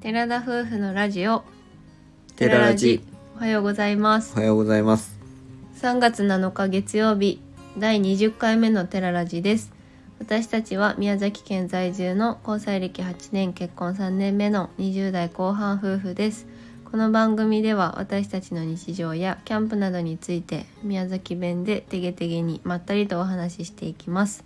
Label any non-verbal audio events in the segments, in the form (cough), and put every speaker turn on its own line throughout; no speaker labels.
寺田夫婦のラジオ
テララジ
おはようございます
おはようございます
3月7日月曜日第20回目のテララジです私たちは宮崎県在住の交際歴8年結婚3年目の20代後半夫婦ですこの番組では私たちの日常やキャンプなどについて宮崎弁でてげてげにまったりとお話ししていきます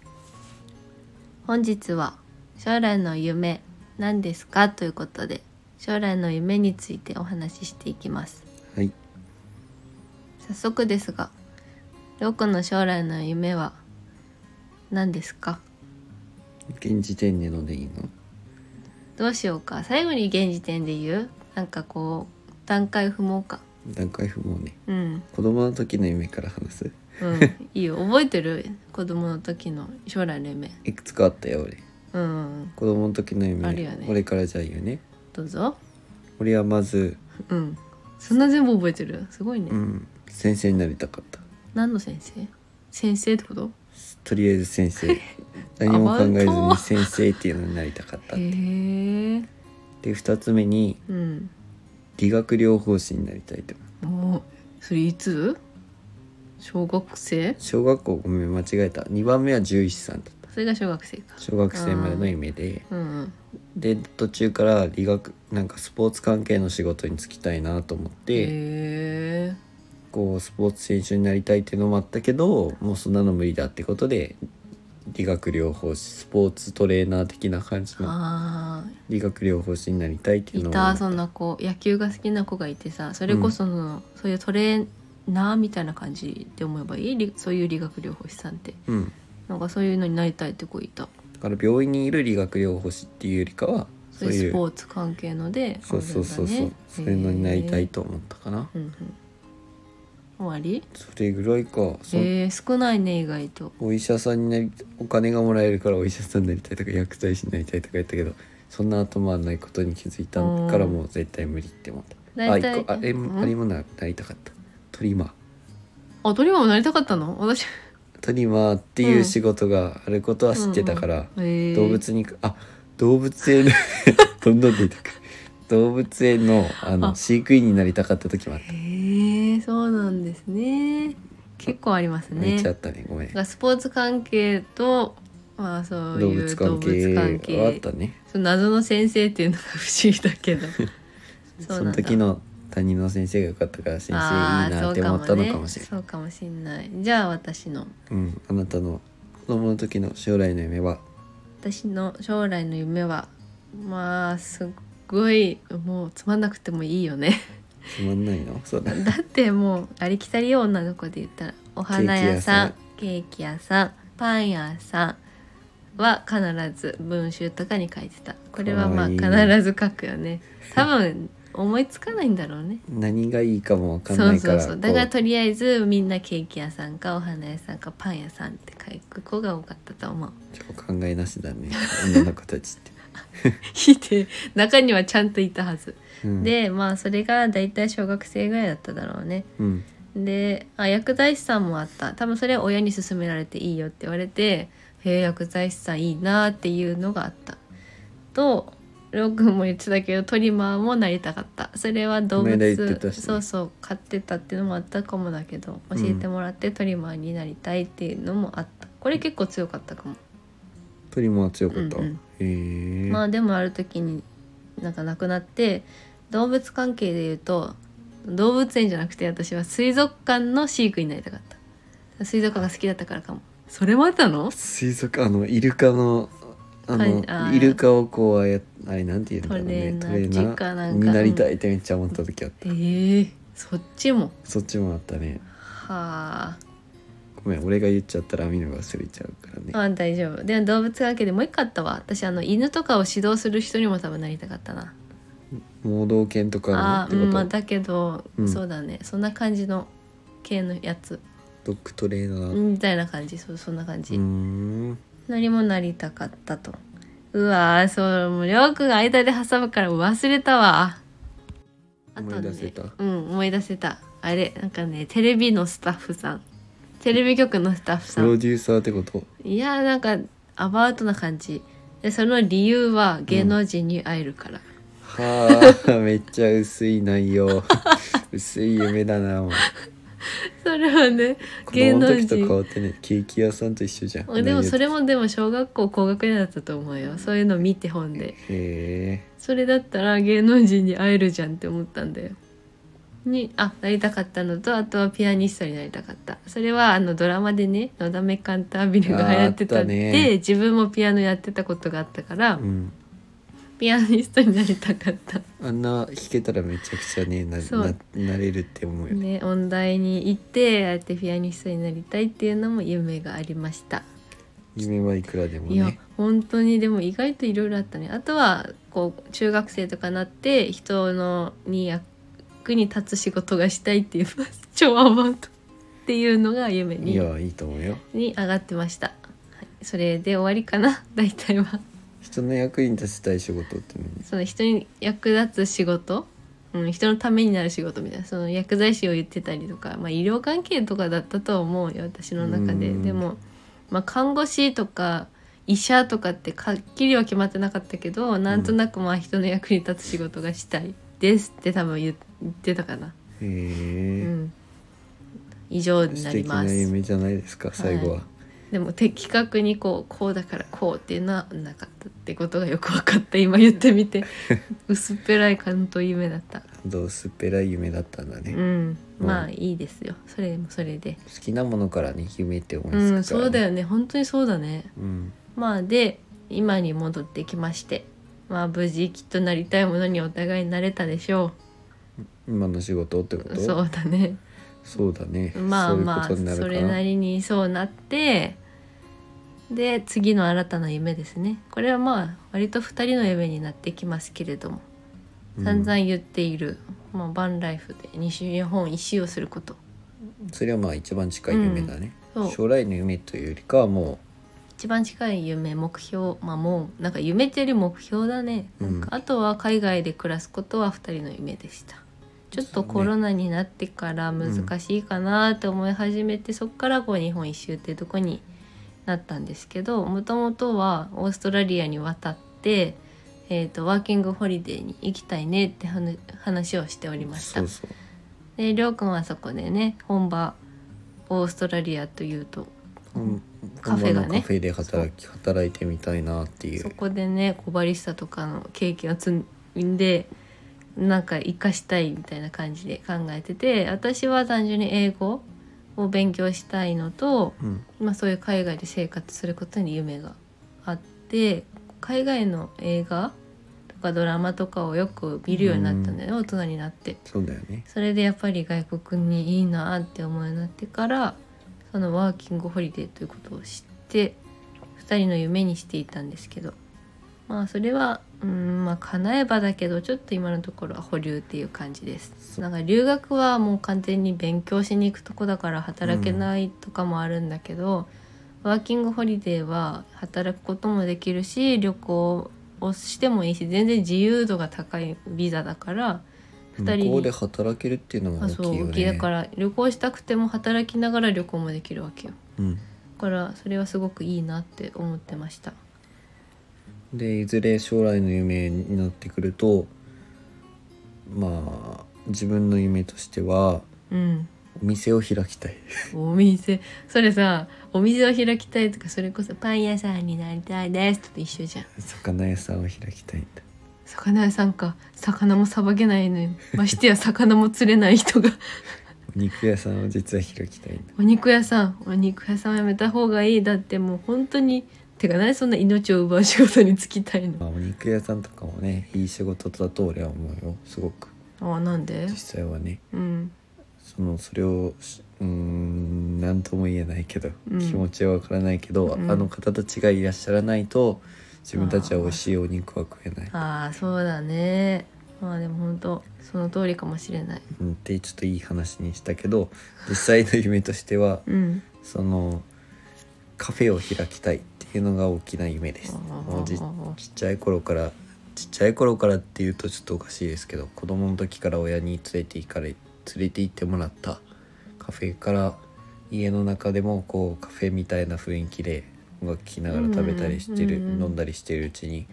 本日は将来の夢何ですかということで将来の夢についてお話ししていきます
はい
早速ですがりょうくんの将来の夢は何ですか
現時点でのでいいの
どうしようか最後に現時点で言うなんかこう段階踏もうか
段階不毛ね
うん
子供の時の夢から話す
うん
(laughs)
いいよ覚えてる子供の時の将来の夢
いくつかあったよ俺
うんうん
子供の時の夢
あるよね
俺からじゃあ言うね
どうぞ
俺はまず
うんそんな全部覚えてるすごいね、
うん先生になりたかった
何の先生先生ってこと
とりあえず先
(laughs)
生何も考えず
甘党
に先生っていうのになりたかった
へえ
で2つ目に
うん
理学療法士になりたいと
もうそれいつ小学生
小学校ごめん間違えた2番目は獣医師さんだった
それが小学生か
小学生までの夢で
うん
で途中から理学なんかスポーツ関係の仕事に就きたいなと思っ
へ
て
え
こうスポーツ選手になりたいっていうのもあったけどもうそんなの無理だってことで理学療法士スポーツトレーナー的な感じの
ああ
理学療法士になりたいってい
いう
のを
たそんな子野球が好きな子がいてさそれこそその、そういうトレーナーみたいな感じで思えばいいりそういう理学療法士さんって
うん、
なんかそういうのになりたいって子いた
だから病院にいる理学療法士っていうよりかは
そ
そうう
い
いう
ス
う
ポーツ関係ので
そうそうそうそう、そういうのになりたい、と思ったかな
あれだねへーうんうん、終わり
それぐらいかそ
えー、少ないね意外と
お医者さんになりお金がもらえるからお医者さんになりたいとか薬剤師になりたいとか言ったけどそんな頭はないことに気づいたから
うん
もう絶対無理って思ったあ
大
一
体
個あれ
うん
あれもななりたかったトリマー
あトリマーもなりたかったの私
トリマーっていう仕事があることは知ってたから、
うんうんへー
動物にあ動物園のどんどん出てくる動物園のあの
あ
飼育員になりたかった時もあっ
へえそうなんですね結構あります
た、
ね
めっちゃあったねごめん
がスポーツ関係と、まあ、そう
動
いう
物
動
関
物関
係はあっ
係
たね
その謎の先生っていうのが不思議だけ
(laughs)
ど
そ
そうなんだ
の時の担任の先生が良かったから先生いい
あー
なって思ったのかもしれない
そうかもねそうかもしんないじゃあ私の
うん、あなたの子供の時の将来の夢は
私の将来の夢はまあすっごいもうつまんなくてもいいよね
つまんないのそうだ
だってもうありきたりよ女の子で言ったらお花屋さんケーキ屋さんパン屋さんは必ず文集とかに書いてたこれはまあ
か
必
わいい
ず書くよね多分思いつかないんだろうね
何がいいかもわかん
そ
な
う
いか
そ
ら
うそうだから
こと
りあえずみんなケーキ屋さんかお花屋さんかパン屋さんって書く子が多かったと思う (laughs)
うちょっと考えなしだね女の子たちって、
いて中にはちゃんといたはず、
うん、、
(laughs) でまあそれが大体小学生ぐらいだっただろうね
うん、
であ薬剤師さんもあった多分それは親に勧められていいよって言われてへえ薬剤師さんいいなっていうのがあったとりょうくんも言ってたけどトリマーもなりたかったそれは動
こ
物、
の間言ってたしね
そうそう飼ってたっていうのもあったかもだけど教えてもらってトリマーになりたいっていうのもあったこれ結構強かったかも
トリマー強かった、
うんうん
へえ、
まあでもある時になんか亡くなって動物関係で言うと動物園じゃなくて私は水族館の飼育員になりたかった水族館が好きだったからかもそれもあったの
水族あのイルカのあ
はい
の
あー
イルカをこうあやあれなんていうんだろうね
ト
ト
レ
レ
ー
ー
ナー
ナ
かな
ー
んか
になりたいってめっちゃ思った時あった、
ええそっちも
そっちもあったね
はあ
ごめん俺が言っちゃったら見るのが忘れちゃうからね
まあ大丈夫でも動物関係でもう一個あったわ私あの犬とかを指導する人にも多分なりたかったな
盲導犬とかの
あ
っ
あ、う
てこと、
んまあ、だけど、
うん
そうだねそんな感じの系のやつ
ドッグトレーナー
みたいな感じそうそんな感じ、
うーん
のりもなりたかったとうわーそうもうりょうくんが間で挟むから忘れたわあとね
思い出せた
うん思い出せたあれなんかねテレビのスタッフさんテレビ局のスタッフ
プ
さ
ロ
ん
デューサーって
(laughs)
こと
いやーなんかアバウトな感じでその理由は芸能人に会えるから、 (laughs)
はあめっちゃ薄い内
(laughs)
容薄い夢だなもう
それはね
子
芸
供の
能
時と変
人
わってねケーキ屋さんと一緒じゃん
でもそ
れ
れもでも小学校高学年だったと思うよそういうの見て本で
へ
それだったら芸能人に会えるじゃんって思ったんだよにあなりたかったのとあとはピアニストになりたかったそれはあのドラマでね「のだめカンタービル」が流行ってた
あーあった
んで
ね
自分もピアノやってたことがあったから、
えうん
ピアニストになりたかった
あんな弾けたらめちゃくちゃねな
そう
ななれるって思うよね
ね音大に行ってああやってピアニストになりたいっていうのも夢がありました、
夢はいくらでも
いや
ね
本当にでも意外といろいろあったねあとはこう中学生とかなって人のに役に立つ仕事がしたいっていう (laughs) 超アバウトっていうのが夢
い
に
やいいと思うよ
に上がってました、はい、それで終わりかな大体は
人の役に立ちたい仕事って何
その人に役立つ仕事、うん、人のためになる仕事みたいなその薬剤師を言ってたりとか、まあ、医療関係とかだったとは思うよ私の中で
うん
でも、まあ、看護師とか医者とかってはっきりは決まってなかったけどなんとなくまあ人の役に立つ仕事がしたいですって多分言言ってたかな、う
へえ、
ん、以上に
素
なり
敵な
ます
夢じゃないですか最後は、
はでも的確にこうこうだからこうっていうのはなかったってことがよく分かった今言ってみ
(laughs)
て薄っぺらい感と夢だった
どうすっぺらい夢だったんだね、
う
好
ん、
うん
まあいいですよそれもそれで
きなものからね夢って思いつく
う
から、ね
んそうだよね本当にそうだね
うん
まあで今に戻ってきましてまあ無事きっとなりたいものにお互いなれたでしょ
今の仕事ってこ
う
と
そうだね
そうだね
まあまあ
そういうことにな
そ
る
れ
かな
なりにそうなってで次の新たな夢ですねこれはまあ割と2人の夢になってきますけれども
うん
散々言っている、まあ、バンライフで西日本一周をすること
それはまあ一番近い夢だね、
そう
将来の夢というよりかはも
一番近い夢目標まあもうなんか夢っていうより目標だね、
うん
なんかあとは海外で暮らすことは2人の夢でしたちょっとコロナになってから難しいかなって思い始めて、そっからこう日本一周っていうとこになったんですけどもともとはオーストラリアに渡って、えー、とワーキングホリデーに行きたいねって話話をしており
う
ました
そうそう
でりょうくんはそこでね本場オーストラリアというと
うん
カフェがね
本場のカフェで働き働いてみたいなってい
そうこでねコバリスタとかの経験を積んでなんか生かしたいみたいな感じで考えてて私は単純に英語を勉強したいのと、
うん
まあ、そういう海外で生活することに夢があって海外の映画とかドラマとかをよく見るようになったんだよね大人になって。
そうだよね
それでやっぱり外国にいいなって思うようになってからそのワーキングホリデーということを知って2人の夢にしていたんですけどまあそれはうんまあ叶えばだけどちょっと今のところは保留っていう感じです
そう
なんか留学はもう完全に勉強しに行くとこだから働けないとかもあるんだけど、ワーキングホリデーは働くこともできるし旅行をしてもいいし全然自由度が高いビザだから2人
向こう
に
で働けるっていうのが
あ
大き
そう
いよ
大きいだか
ね
ら旅行したくても働きながら旅行もできるわけよ
うん
だからそれはすごくいいなって思ってました
でいずれ将来の夢になってくるとまあ自分の夢としては
うん
お店を開きたい (laughs)
お店それさお店を開きたいとかそれこそパン屋さんになりたいですと一緒じゃん
魚屋さんを開きたいんだ
魚屋さんか魚もさばけないのにましてや魚も釣れない人が (laughs)
お肉屋さんを実は開きたいんだ
お肉屋さんお肉屋さんはやめた方がいいだってもう本当にてか何でそんな命を奪う仕事に就きたいの
まあ、お肉屋さんとかもねいい仕事だと俺は思うよすごく
あなんで
実際はね
うん
そのそれをしうーん何とも言えないけど、
うん
気持ちはわからないけど、
うん
あの方たちがいらっしゃらないと自分たちは美味しいお肉は食えない、
ああそうだねまあでも本当その通りかもしれない
うん、ってちょっといい話にしたけど実際の夢としては
うん
そのカフェを開きたいっていうのが大きな夢です。もうじ
う
ちっちゃい頃からちっちゃい頃からっていうとちょっとおかしいですけど子供の時から親に連れて行かれ連れて行ってもらったカフェから家の中でもこうカフェみたいな雰囲気で音楽聴きながら食べたりしてる、
うんうんうん
飲んだりしてるうちに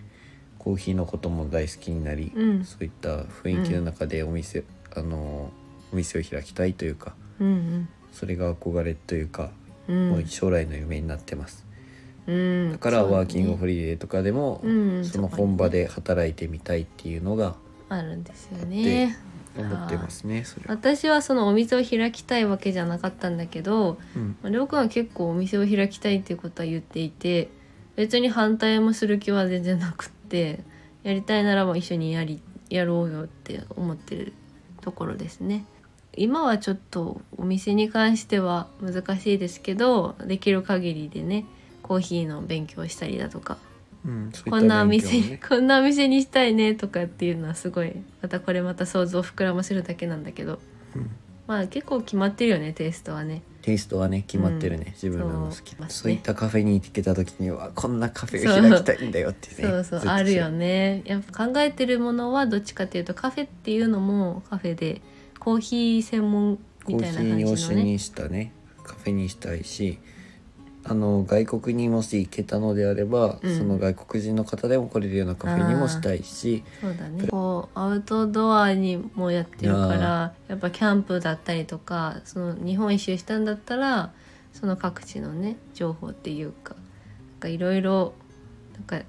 こコーヒーのことも大好きになり、
うん
そういった雰囲気の中でお店、あのお店を開きたいというか
うん
それが憧れというか、
うん
もう将来の夢になってます
うん
だからワーキング
そう
ホリデーとかでも、
うんうん
その
そこに
本場で働いてみたいっていうのが
ねあるんですよね
思ってますねそれは、
私はそのお店を開きたいわけじゃなかったんだけど
うん
まありょうくんは結構お店を開きたいっていうことは言っていて別に反対もする気は全然なくってやりたいならば一緒にやりやろうよって思ってるところですね今はちょっとお店に関しては難しいですけどできる限りでねコーヒーの勉強をしたりだとか
うんそういった
こんなお
勉強
店 (laughs)
も
に、
ね
こんなお店にしたいねとかっていうのはすごいまたこれまた想像を膨らませるだけなんだけど
うん
まあ結構決まってるよねテイストはね
テイストはね決まってるね、
うん
自分らの好き
そう
な
まあね
そういったカフェに行けた時にはこんなカフェを開きたいんだよって
そ
ね
うそう
ずっと
あるよねやっぱ考えてるものはどっちかっていうとカフェっていうのもカフェでコーヒー専門
コ
みた
ー
い
ヒ
な感
ーを
じ
主
のね
にしたねカフェにしたいしあの外国にもし行けたのであれば、
うん
その外国人の方でも来れるようなカフェにもしたいし
そうだねこうアウトドアにもやってるからやっぱキャンプだったりとかその日本一周したんだったらその各地のね情報っていうかなんかいろいろなんか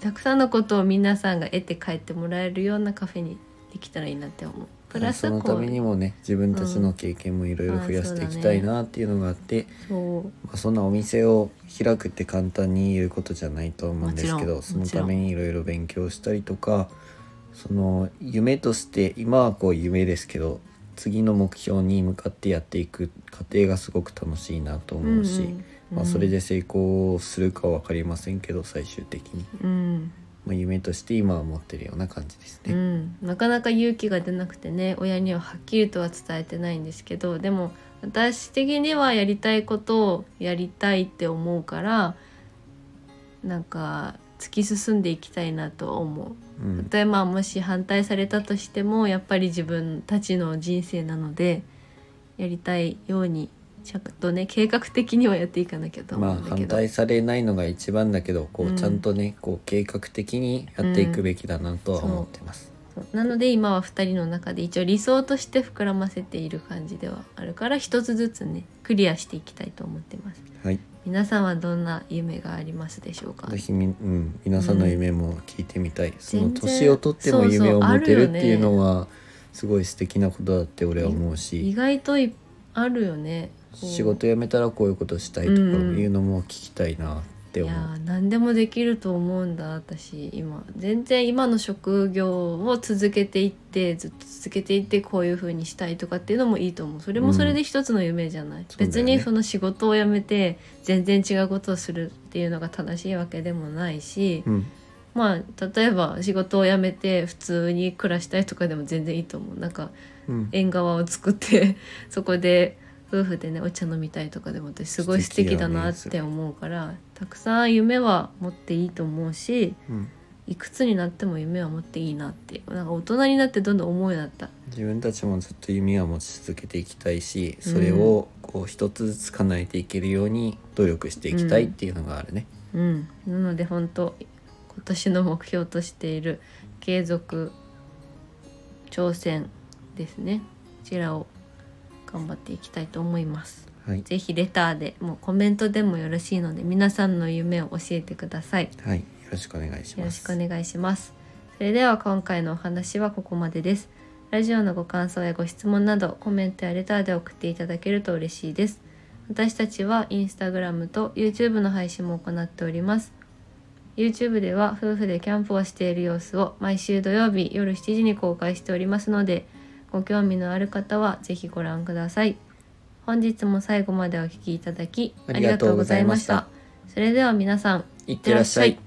たくさんのことを皆さんが得て帰ってもらえるようなカフェにできたらいいなって思う。プラス
その
こ
た
う
めにもね自分たちの経験もいろいろ増やしていきたいなっていうのがあって、
そう
まあ、そんなお店を開くって簡単に言うことじゃないと思うんですけど
もち
そ
ろん
のためにいろいろ勉強したりとかその夢として今はこう夢ですけど次の目標に向かってやっていく過程がすごく楽しいなと思うし、
うんうん
まあ、それで成功するかは分かりませんけど最終的に、
うん
まあ、夢として今は持ってるような感じです
う
ね。
ん、なかなか勇気が出なくてね親にははっきりとは伝えてないんですけどでも私的にはやりたいことをやりたいって思うからなんか突き進んでいきたいなと思
う
うん例えばもし反対されたとしてもやっぱり自分たちの人生なのでやりたいようにちゃんとね計画的にはやっていかなきゃと思
ま
う
あ
んだけ
反
ど、
対されないのが一番だけどこ
う
うんちゃんとね、こう計画的にやっていくべきだなとは思ってます。
なので今は2人の中で一応理想として膨らませている感じではあるから一つずつねクリアしていきたいと思ってます
はい
皆さんはどんな夢がありますでしょうか
ぜひみ、うん、皆さんの夢も聞いてみたい、その
全然
年を取っても夢
そうそ
を
う
持て
ある
る
よね
っていうのはすごい素敵なことだって俺は思う
意
し
外といあるよねこう
仕事辞めたらこういうことしたいと
う
か
ん
いうのも聞きたいなって思
いうやー何でもできると思うんだ私今全然今の職業を続けていってずっと続けていってこういう風にしたいとかっていうのもいいと思うそれもそれで一つの夢じゃない、
そうだよね
別にその仕事を辞めて全然違うことをするっていうのが正しいわけでもないし、
うん
まあ例えば仕事を辞めて普通に暮らしたいとかでも全然いいと思うなんか
うん
縁側を作って (laughs) そこで夫婦でねお茶飲みたいとかでも私すごい素
素敵
敵
だ
だ
ね
なっ
そ
て
れ
思うから、たくさん夢は持っていいと思うし
うん
いくつになっても夢は持っていいなってなんか大人になってどんどん思うようになった
自分たちもずっと夢は持ち続けていきたいしそれをこう一つずつ叶えていけるように努力していきたいっていうのがあるね。
うんなので本当今年の目標としている継続挑戦ですねこちらを頑張っていきたいと思います
はい、
ぜひレターでもうコメントでもよろしいので皆さんの夢を教えてください
はい、よろしくお願いし
よ
ま
ろし
す。
くお願いします。それでは今回のお話はここまでです。ラジオのご感想やご質問などコメントやレターで送っていただけると嬉しいです。私たちはインスタグラムと YouTube の配信も行っております。YouTube では夫婦でキャンプをしている様子を毎週土曜日夜7時に公開しておりますので、ご興味のある方はぜひご覧ください。本日も最後までお聴きいただきありがとうございました。それでは皆さん、
いってらっしゃい。